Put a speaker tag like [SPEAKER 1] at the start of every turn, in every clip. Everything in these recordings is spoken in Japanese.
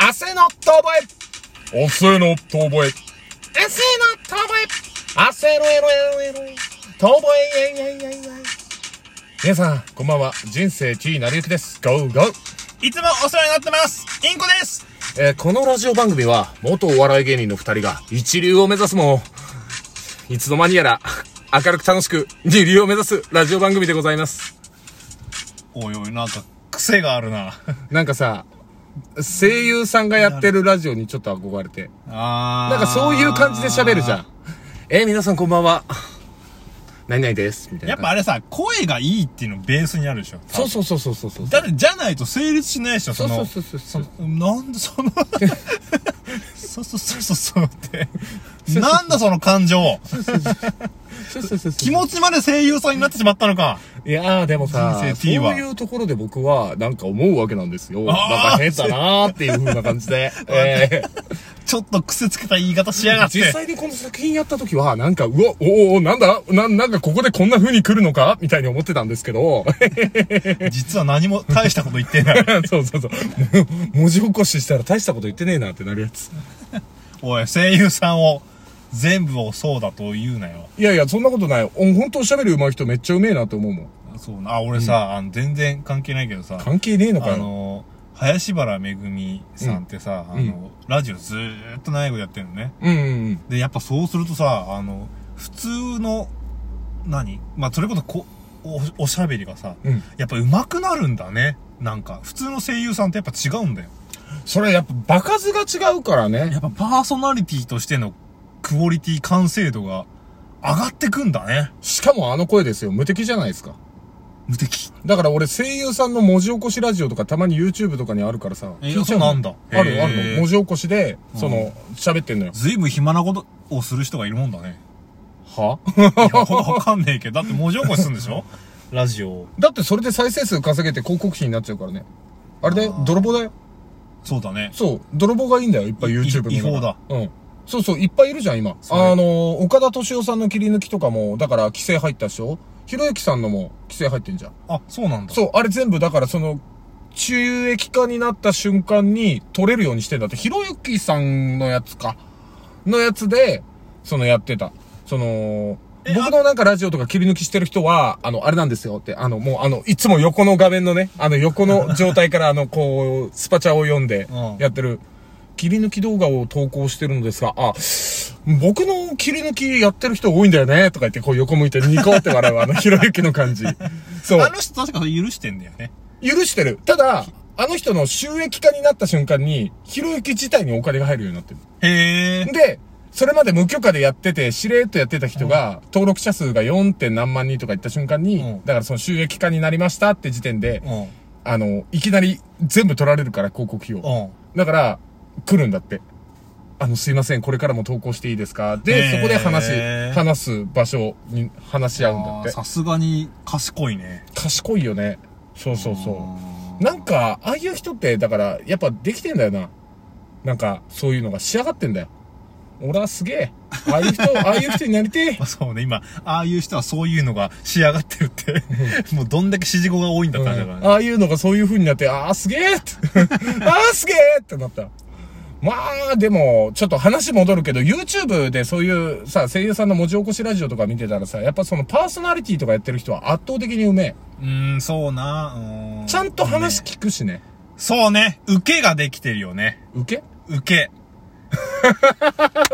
[SPEAKER 1] 明日の遠吠え。明日の遠吠え。明日の遠吠え。明日のエロエロエロ。遠吠え、イェイイェイイェイイェイ。皆さん、こんばんは。人生地位なりゆきです。GO!GO!
[SPEAKER 2] いつもお世話になってますインコです
[SPEAKER 1] えーこのラジオ番組は、元お笑い芸人の二人が一流を目指すも、いつの間にやら、明るく楽しく二流を目指すラジオ番組でございます。
[SPEAKER 2] おいおい、なんか、癖があるな。
[SPEAKER 1] なんかさ、声優さんがやってるラジオにちょっと憧れて。
[SPEAKER 2] あー
[SPEAKER 1] なんかそういう感じで喋るじゃん。えー皆さんこんばんは。何々です。みたい
[SPEAKER 2] や
[SPEAKER 1] な
[SPEAKER 2] っぱ
[SPEAKER 1] 感
[SPEAKER 2] あれさ、声がいいっていうのベースにあるでしょ。
[SPEAKER 1] じ。そうそうそうそうそうそう。
[SPEAKER 2] だって、じゃないと成立しないでしょ、
[SPEAKER 1] そ
[SPEAKER 2] そう
[SPEAKER 1] そ
[SPEAKER 2] の。
[SPEAKER 1] うそうそうそう。
[SPEAKER 2] なん でその、そうそうそうそうそうって。なんだその感情。
[SPEAKER 1] そうそうそうそう
[SPEAKER 2] 気持ちまで声優さんになってしまったのか。
[SPEAKER 1] いやーでもさ、
[SPEAKER 2] 人生
[SPEAKER 1] そう
[SPEAKER 2] T は
[SPEAKER 1] いうところで僕はなんか思うわけなんですよ。なん
[SPEAKER 2] あ
[SPEAKER 1] か
[SPEAKER 2] ー
[SPEAKER 1] 変だなーっていう風な感 じで。え
[SPEAKER 2] ちょっと癖つけた言い方しやが
[SPEAKER 1] ー、
[SPEAKER 2] って。
[SPEAKER 1] 実際にこの作品やった時は、なんか、うわ、おおなんだな、なんかここでこんな風に来るのかみたいに思ってたんですけど、
[SPEAKER 2] 実は何も大したこと言ってない。
[SPEAKER 1] そうそうそう。文字起こししたら大したこと言ってねえなってなるやつ。
[SPEAKER 2] おい、声優さんを全部をそうだと言うなよ。
[SPEAKER 1] いやいや、そんなことない。お本当おしゃべり上手い人めっちゃうめえなって思うもん。
[SPEAKER 2] そうな。あ、俺さ、あの、全然関係ないけどさ、
[SPEAKER 1] 関係ねえのか
[SPEAKER 2] あ
[SPEAKER 1] よ。
[SPEAKER 2] の、林原めぐみさんってさ、
[SPEAKER 1] ん
[SPEAKER 2] あの、ラジオずーっと長いことやってるのね。
[SPEAKER 1] うんうん
[SPEAKER 2] で、やっぱそうするとさ、あの、普通の、何まあ、それこそこお、おしゃべりがさ、
[SPEAKER 1] うん。うん。
[SPEAKER 2] やっぱ上手くなるんだね。なんか、普通の声優さんってやっぱ違うんだよ。
[SPEAKER 1] それやっぱ場数が違うからね
[SPEAKER 2] や。っぱパーソナリティとしてのクオリティ完成度が上がってくんだね。
[SPEAKER 1] しかもあの声ですよ。無敵じゃないですか。
[SPEAKER 2] 無敵。
[SPEAKER 1] だから俺声優さんの文字起こしラジオとかたまに YouTube とかにあるからさ。
[SPEAKER 2] え
[SPEAKER 1] 聞いちゃ
[SPEAKER 2] そうなんだ
[SPEAKER 1] あるよある
[SPEAKER 2] へ
[SPEAKER 1] の。
[SPEAKER 2] え
[SPEAKER 1] 文字起こしで、その、喋ってんのよ。
[SPEAKER 2] ずいぶん暇なことをする人がいるもんだね。
[SPEAKER 1] はい
[SPEAKER 2] や、わかんねえけど。だって文字起こしするんでしょ ラジオ。
[SPEAKER 1] だってそれで再生数稼げて広告費になっちゃうからね。あれだよ
[SPEAKER 2] あ、ー
[SPEAKER 1] 泥棒だよ。
[SPEAKER 2] そうだね。
[SPEAKER 1] そう、泥棒がいいんだよ、いっぱい
[SPEAKER 2] い
[SPEAKER 1] YouTube の。
[SPEAKER 2] 違法だ。
[SPEAKER 1] うん。そうそう、いっぱいいるじゃん、今。
[SPEAKER 2] それ
[SPEAKER 1] あの、岡田敏夫さんの切り抜きとかも、だから規制入ったでしょひろゆきさんのも規制入ってんじゃん。
[SPEAKER 2] あ、そうなんだ。
[SPEAKER 1] そう、あれ全部だからその、収益化になった瞬間に取れるようにしてんだって、ひろゆきさんのやつか。のやつで、そのやってた。その、
[SPEAKER 2] え
[SPEAKER 1] 僕のなんかラジオとか切り抜きしてる人は、あの、あれなんですよって、あの、もうあの、いつも横の画面のね、あの横の状態からあの、こう、スパチャを読んで
[SPEAKER 2] うん
[SPEAKER 1] やってる、切り抜き動画を投稿してるのですが、あ、僕の切り抜きやってる人多いんだよね、とか言って、こう横向いてニコって笑う、あの、ひろゆきの感じ。そう。
[SPEAKER 2] あの人確か許してんだよね。
[SPEAKER 1] 許してる。ただ、あの人の収益化になった瞬間に、ひろゆき自体にお金が入るようになってる。
[SPEAKER 2] へえ。
[SPEAKER 1] で、それまで無許可でやってて、しれーっとやってた人が、登録者数が 4. 点何万人とかいった瞬間に、
[SPEAKER 2] うん
[SPEAKER 1] だからその収益化になりましたって時点で、
[SPEAKER 2] うん。
[SPEAKER 1] あの、いきなり全部取られるから、広告費を。
[SPEAKER 2] うん。
[SPEAKER 1] だから、来るんだって。あの、すいません、これからも投稿していいですかで、
[SPEAKER 2] へー
[SPEAKER 1] そこで話、話す場所に話し合うんだ
[SPEAKER 2] あ
[SPEAKER 1] っ
[SPEAKER 2] ー
[SPEAKER 1] て。
[SPEAKER 2] さすがに賢いね。
[SPEAKER 1] 賢いよね。そうそうそう。
[SPEAKER 2] ん
[SPEAKER 1] なんか、ああいう人って、だから、やっぱできてんだよな。なんか、そういうのが仕上がってんだよ。俺はすげえ。ああいう人、 ああいう人になりてえ
[SPEAKER 2] ま。あそうね、今、ああいう人はそういうのが仕上がってる って。もうどんだけ指示語が多いんだったんだから、
[SPEAKER 1] う
[SPEAKER 2] ね
[SPEAKER 1] んああいうのがそういう風になって、ああ、すげえ ってああ、すげえってなった。まあ、でも、ちょっと話戻るけど、YouTube でそういうさ、声優さんの文字起こしラジオとか見てたらさ、やっぱそのパーソナリティとかやってる人は圧倒的にうめえ。
[SPEAKER 2] うーん、そうな。うー
[SPEAKER 1] ちゃんと話
[SPEAKER 2] ね
[SPEAKER 1] 聞くしね。
[SPEAKER 2] そうね。受けができてるよね。
[SPEAKER 1] 受け
[SPEAKER 2] 受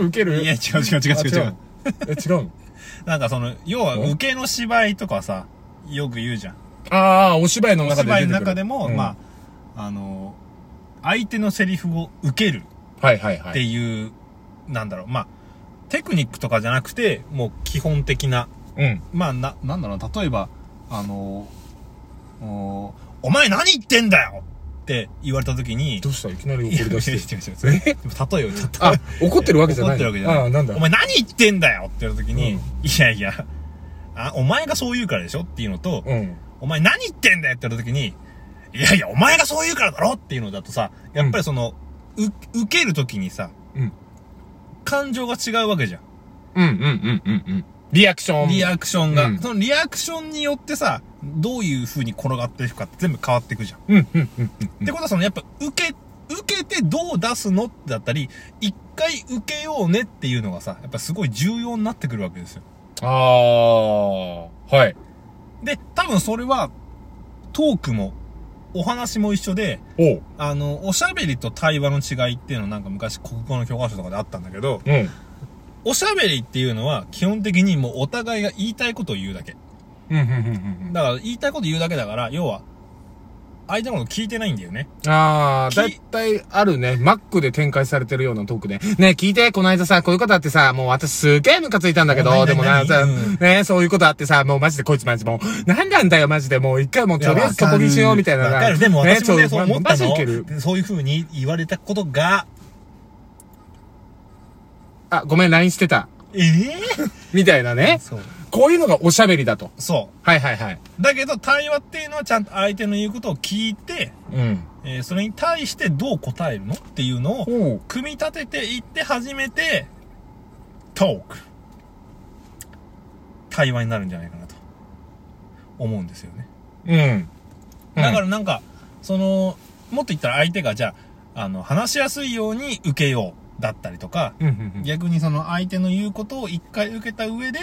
[SPEAKER 1] 受ける
[SPEAKER 2] け。いや、違う違う違う
[SPEAKER 1] あ
[SPEAKER 2] 違う違う。
[SPEAKER 1] え、違うの
[SPEAKER 2] なんかその、要は
[SPEAKER 1] うん
[SPEAKER 2] 受けの芝居とかさ、よく言うじゃん。
[SPEAKER 1] ああ、お芝居の
[SPEAKER 2] お
[SPEAKER 1] 中で出てくる。
[SPEAKER 2] 芝居の中でも、
[SPEAKER 1] うん
[SPEAKER 2] まあ、あの、相手のセリフを受ける
[SPEAKER 1] はいはいは
[SPEAKER 2] っ
[SPEAKER 1] い
[SPEAKER 2] て。いう、なんだろう、まあ、テクニックとかじゃなくて、もう基本的な、
[SPEAKER 1] うん。
[SPEAKER 2] まあ、な、なんだろうな、例えば、あの、おお前何言ってんだよって言われた時に、
[SPEAKER 1] どうしたいきなり
[SPEAKER 2] い
[SPEAKER 1] 怒
[SPEAKER 2] や
[SPEAKER 1] り
[SPEAKER 2] いや
[SPEAKER 1] 出
[SPEAKER 2] い
[SPEAKER 1] し
[SPEAKER 2] や
[SPEAKER 1] て。
[SPEAKER 2] 違う違う違うでも例えをちょっと。
[SPEAKER 1] あ、怒ってるわけじゃない。
[SPEAKER 2] 怒ってるわけじゃない
[SPEAKER 1] ああ、なんだ
[SPEAKER 2] お。前何言ってんだよって言われた時に、
[SPEAKER 1] うん
[SPEAKER 2] いやいや、あ、お前がそう言うからでしょっていうのと、
[SPEAKER 1] うん。
[SPEAKER 2] お前何言ってんだよって言われた時に、いやいや、お前がそう言うからだろっていうのだとさ、やっぱりその、う、受ける時にさ、
[SPEAKER 1] うん
[SPEAKER 2] 感情が違うわけじゃん。
[SPEAKER 1] うんうんうんうんうん。リアクション。
[SPEAKER 2] リアクションが。
[SPEAKER 1] うん
[SPEAKER 2] そのリアクションによってさ、どういう風に転がっていくかって全部変わっていくじゃん。っ
[SPEAKER 1] うんうんうんうん。
[SPEAKER 2] てことはその、やっぱ受け、受けてどう出すのだったり、一回受けようねっていうのがさ、やっぱすごい重要になってくるわけですよ。
[SPEAKER 1] ああ、はい。
[SPEAKER 2] で、多分それは、トークも、お話も一緒で、
[SPEAKER 1] おう。
[SPEAKER 2] あの、おしゃべりと対話の違いっていうのはなんか昔国語の教科書とかであったんだけど、
[SPEAKER 1] うん。
[SPEAKER 2] おしゃべりっていうのは基本的にもうお互いが言いたいことを言うだけ。
[SPEAKER 1] うん、うん、うん、
[SPEAKER 2] だから言いたいこと言うだけだから、要は、相手のこと聞いてないんだよね。
[SPEAKER 1] うん。ああ、
[SPEAKER 2] き
[SPEAKER 1] だいたいあるね。マックで展開されてるようなトークで。ねえ聞いて、この間さ、こういうことあってさ、もう私すげえムカついたんだけ
[SPEAKER 2] お
[SPEAKER 1] ど、
[SPEAKER 2] 何
[SPEAKER 1] でもな、
[SPEAKER 2] 何
[SPEAKER 1] さ
[SPEAKER 2] うん
[SPEAKER 1] ねえそういうことあってさ、もうマジでこいつマジもう、なんなんだよマジで、もう一回もう
[SPEAKER 2] い
[SPEAKER 1] と
[SPEAKER 2] や
[SPEAKER 1] りあえずそこにしようみたいな。
[SPEAKER 2] わかる。でも私もね、そう思った
[SPEAKER 1] マジいける。
[SPEAKER 2] の。そういう風に言われたことが、
[SPEAKER 1] あ、ごめん、LINE してた。
[SPEAKER 2] ええ
[SPEAKER 1] みたいなね。
[SPEAKER 2] そう。
[SPEAKER 1] こういうのがおしゃべりだと。
[SPEAKER 2] そ
[SPEAKER 1] はいはいはい。
[SPEAKER 2] う。だけど、対話っていうのはちゃんと相手の言うことを聞いて、
[SPEAKER 1] うん。
[SPEAKER 2] えーそれに対してどう答えるのっていうのを、
[SPEAKER 1] おう。
[SPEAKER 2] 組み立てていって初めて、トーク。対話になるんじゃないかなと。思うんですよね。
[SPEAKER 1] うん。
[SPEAKER 2] だからなんか、その、もっと言ったら相手がじゃあ、あの、話しやすいように受けようだったりとか、
[SPEAKER 1] うん、うん、
[SPEAKER 2] 逆にその相手の言うことを一回受けた上で、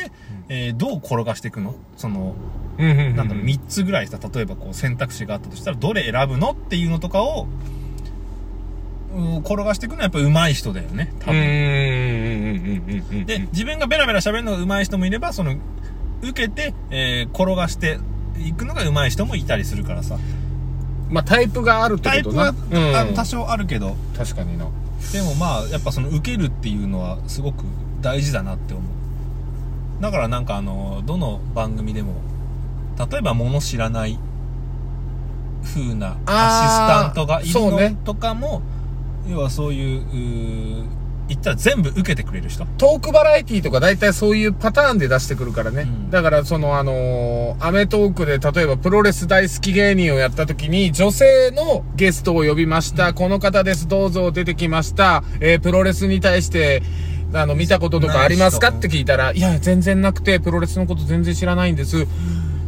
[SPEAKER 2] えーどう転がしていくのその、
[SPEAKER 1] うん。うん、うん。
[SPEAKER 2] なんだろう、3つぐらいさ、例えばこう選択肢があったとしたら、どれ選ぶのっていうのとかを、うん転がしていくのはやっぱ上手い人だよね、多
[SPEAKER 1] うん、う
[SPEAKER 2] 分。
[SPEAKER 1] ん、うん、うん。
[SPEAKER 2] で、自分がベラベラ喋るのが上手い人もいれば、その、受けて、えー転がしていくのが上手い人もいたりするからさ。
[SPEAKER 1] まあ、タイプがあるって
[SPEAKER 2] タイ
[SPEAKER 1] こ
[SPEAKER 2] プ
[SPEAKER 1] とな。
[SPEAKER 2] は、あ
[SPEAKER 1] うん、
[SPEAKER 2] 多少あるけど、
[SPEAKER 1] 確かにな。
[SPEAKER 2] でもまあやっぱその受けるっていうのはすごく大事だなって思うだからなんかあのどの番組でも例えば物知らない風なアシスタントが
[SPEAKER 1] あ
[SPEAKER 2] い
[SPEAKER 1] ーそう
[SPEAKER 2] る
[SPEAKER 1] ね
[SPEAKER 2] のとかも、要はそういううー言ったら全部受けてくれる人
[SPEAKER 1] トークバラエティとか大体そういうパターンで出してくるからね。
[SPEAKER 2] うん
[SPEAKER 1] だから、そのあのーアメトークで例えばプロレス大好き芸人をやった時に、女性のゲストを呼びました。この方です。どうぞ出てきました。えープロレスに対して、あの、見たこととかありますか
[SPEAKER 2] ない
[SPEAKER 1] っ
[SPEAKER 2] 人
[SPEAKER 1] て聞いたら、いや、全然なくて、プロレスのこと全然知らないんです。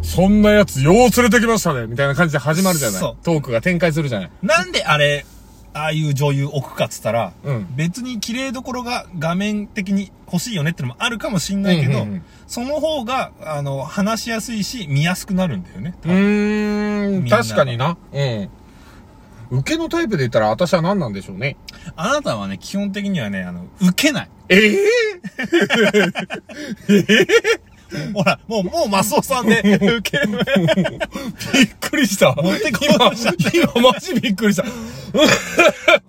[SPEAKER 1] そんなやつ、よう連れてきましたね。みたいな感じで始まるじゃない
[SPEAKER 2] そう。
[SPEAKER 1] トークが展開するじゃない。
[SPEAKER 2] なんであれああいう女優置くかっつったら、
[SPEAKER 1] うん
[SPEAKER 2] 別に綺麗どころが画面的に欲しいよねってのもあるかもしんないけど、
[SPEAKER 1] うんうんうん
[SPEAKER 2] その方があの話しやすいし見やすくなるんだよね
[SPEAKER 1] うーん、
[SPEAKER 2] みんな
[SPEAKER 1] 確かにな。うん。受けのタイプで言ったら私は何なんでしょうね。
[SPEAKER 2] あなたはね、基本的にはね、あの、受けない。
[SPEAKER 1] え え
[SPEAKER 2] ほら、もう、もうマスオさんで、受けない。
[SPEAKER 1] びっくりした。
[SPEAKER 2] 持ってこようとしちゃった
[SPEAKER 1] 今、今マジびっくりした。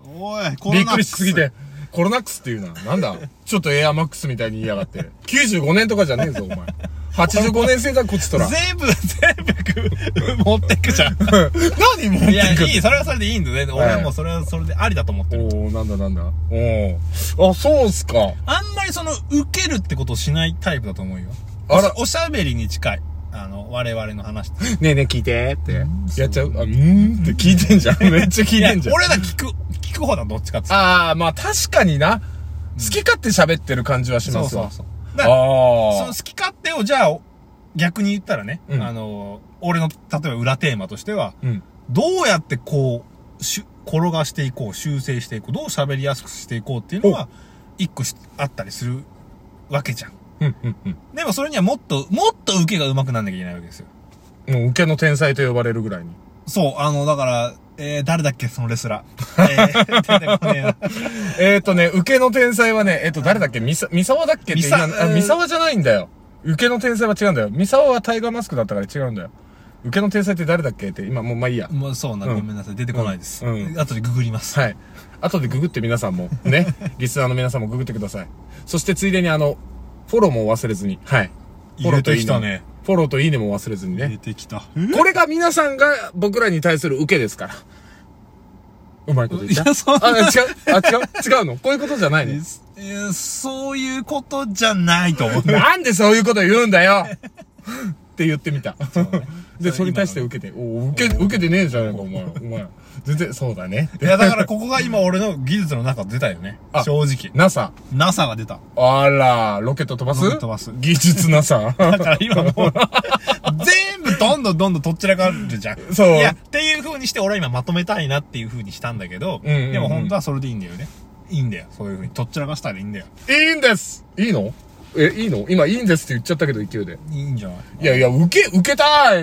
[SPEAKER 2] おい、コ
[SPEAKER 1] びっくりしすぎて。コロナックスっていうな。なんだちょっとエアマックスみたいに言いやがって。95年とかじゃねえぞ、お前。85年生だ、こっちとら。
[SPEAKER 2] 全部、全 部、持ってくじゃん。
[SPEAKER 1] 何も
[SPEAKER 2] いや、いい、それはそれでいいんだよね。俺はもうそれはそれでありだと思ってる。
[SPEAKER 1] おおなんだなんだ。おおあ、そうっすか。
[SPEAKER 2] あんまりその、受けるってことをしないタイプだと思うよ。
[SPEAKER 1] あら
[SPEAKER 2] おしゃべりに近い。あの、我々の話って。
[SPEAKER 1] ねえねえ聞いてって。やっちゃうあ、うーんって聞いてんじゃん。 めっちゃ聞いてんじゃん。
[SPEAKER 2] 俺ら聞く、聞く方だ、どっちかっつって
[SPEAKER 1] ああ、まあ確かにな。好き勝手喋ってる感じはし
[SPEAKER 2] そ
[SPEAKER 1] ま
[SPEAKER 2] う
[SPEAKER 1] す
[SPEAKER 2] そう
[SPEAKER 1] わ。
[SPEAKER 2] そう。
[SPEAKER 1] あ
[SPEAKER 2] だからその
[SPEAKER 1] あ
[SPEAKER 2] 好。き勝手をじゃあ、逆に言ったらね、
[SPEAKER 1] うん
[SPEAKER 2] あの、俺の、例えば裏テーマとしては、
[SPEAKER 1] うん。
[SPEAKER 2] どうやってこう、しゅ転がしていこう、修正していこう、どう喋りやすくしていこうっていうのが、一個しあったりするわけじゃん。
[SPEAKER 1] うん、うん、うん。
[SPEAKER 2] でもそれにはもっと、もっと受けが上手くなんなきゃいけないわけですよ。
[SPEAKER 1] もう受けの天才と呼ばれるぐらいに。
[SPEAKER 2] そう、あの、だから、えー、誰だっけ、そのレスラ ー。えー、出てこねえな
[SPEAKER 1] えっとね、受けの天才はね、えっ、と、誰だっけみさ、三沢だっけって
[SPEAKER 2] みさ
[SPEAKER 1] 今あ三沢じゃないんだよ。受けの天才は違うんだよ。三沢はタイガーマスクだったから違うんだよ。受けの天才って誰だっけって、今もうまあいいや。
[SPEAKER 2] もうそうな、
[SPEAKER 1] うん
[SPEAKER 2] ごめんなさい、出てこないです。
[SPEAKER 1] うんうん
[SPEAKER 2] 後でググります。
[SPEAKER 1] はい。後でググって皆さんも、 ね。リスナーの皆さんもググってください。そしてついでにあの、フォローも忘れずに。はい。フォローといいねも
[SPEAKER 2] 入れてきたね。
[SPEAKER 1] フォローといいねも忘れずにね
[SPEAKER 2] 出。てきた。
[SPEAKER 1] これが皆さんが僕らに対する受けですから。うまいこと言った
[SPEAKER 2] いやそんな
[SPEAKER 1] あ、違うあ、違う違うのこういうことじゃないの
[SPEAKER 2] えーえーそういうことじゃないと思う。
[SPEAKER 1] なんでそういうこと言うんだよって言ってみた。で、それに対して受けて、おう受け、受けてねえじゃないか、お前。お前。全然、そうだね。
[SPEAKER 2] いや、だからここが今俺の技術の中出たよね
[SPEAKER 1] あ。
[SPEAKER 2] 正直。
[SPEAKER 1] NASA。
[SPEAKER 2] NASA が出た。
[SPEAKER 1] あら、ロケット飛ばす
[SPEAKER 2] ロケット飛ばす
[SPEAKER 1] 技術 NASA。
[SPEAKER 2] だから今もう、全部どんどんどんどんとっちらかるじゃん。
[SPEAKER 1] そう
[SPEAKER 2] いや、っていう風にして、俺は今まとめたいなっていう風にしたんだけど、
[SPEAKER 1] うんうんうん
[SPEAKER 2] でも本当はそれでいいんだよね。いいんだよ。そういう風に。とっちらかしたらいいんだよ。
[SPEAKER 1] いいんですいいのえ、いいの今いいんですって言っちゃったけど、勢いで。
[SPEAKER 2] いいんじゃない
[SPEAKER 1] いやいや、受け、受けたい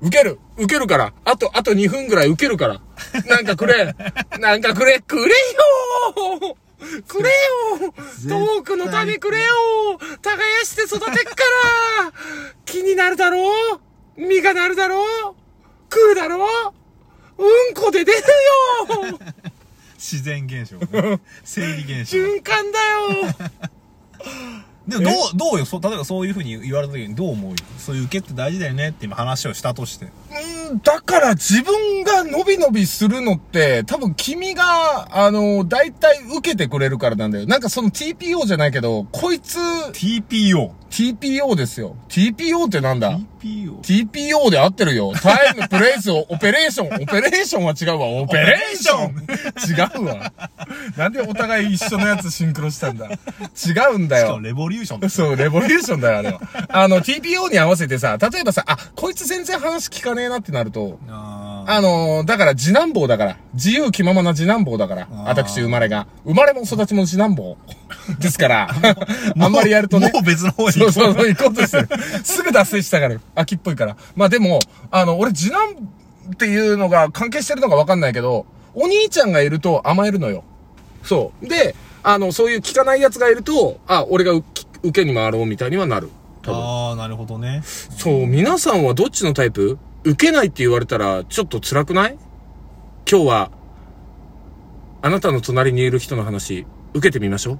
[SPEAKER 1] 受ける受けるからあと、あと2分ぐらい受けるからなんかく れなんかくれくれよーくれよー
[SPEAKER 2] 絶対
[SPEAKER 1] トークのためくれよー耕して育てっから気になるだろう実がなるだろう食うだろううんこで出るよ ー
[SPEAKER 2] 自然現象、 ね。生理現象。
[SPEAKER 1] 循環だよー
[SPEAKER 2] でもどう、どうよそう例えばそういう風に言われた時にどう思うよそういう受けって大事だよねって今話をしたとして。
[SPEAKER 1] うんだから自分が伸び伸びするのって、多分君が、あの、大体受けてくれるからなんだよ。なんかその TPO じゃないけど、こいつ、
[SPEAKER 2] TPO。
[SPEAKER 1] TPO ですよ。TPO ってなんだ
[SPEAKER 2] TPO?
[SPEAKER 1] ?TPO で合ってるよ。タイム、プレイス、 オペレーション。オペレーションは違うわ。オペレーション違うわ。なんでお互い一緒のやつシンクロしたんだ違うんだ
[SPEAKER 2] し
[SPEAKER 1] よ。
[SPEAKER 2] かもレボリューションだよ
[SPEAKER 1] そう、レボリューションだよ、あれは。あの、TPO に合わせてさ、例えばさ、あ、こいつ全然話聞かねえなってなると、
[SPEAKER 2] あー
[SPEAKER 1] あのーだから次男坊だから、自由気ままな次男坊だから、
[SPEAKER 2] あー
[SPEAKER 1] 私生まれが。生まれも育ちも次男坊。 です から、あんまりやるとね
[SPEAKER 2] も。う別の方に行
[SPEAKER 1] そ
[SPEAKER 2] こ
[SPEAKER 1] うそ
[SPEAKER 2] う
[SPEAKER 1] うそう、行こうとしてる。すぐ脱線したがる。秋っぽいから。まあでも、あの、俺次男っていうのが関係してるのかわかんないけど、お兄ちゃんがいると甘えるのよ。そう。で、あの、そういう聞かない奴がいると、あ、俺がうき受けに回ろうみたいにはなる。多分。
[SPEAKER 2] ああ、なるほどね。
[SPEAKER 1] そう、皆さんはどっちのタイプ受けないって言われたら、ちょっと辛くない今日は、あなたの隣にいる人の話、受けてみましょう。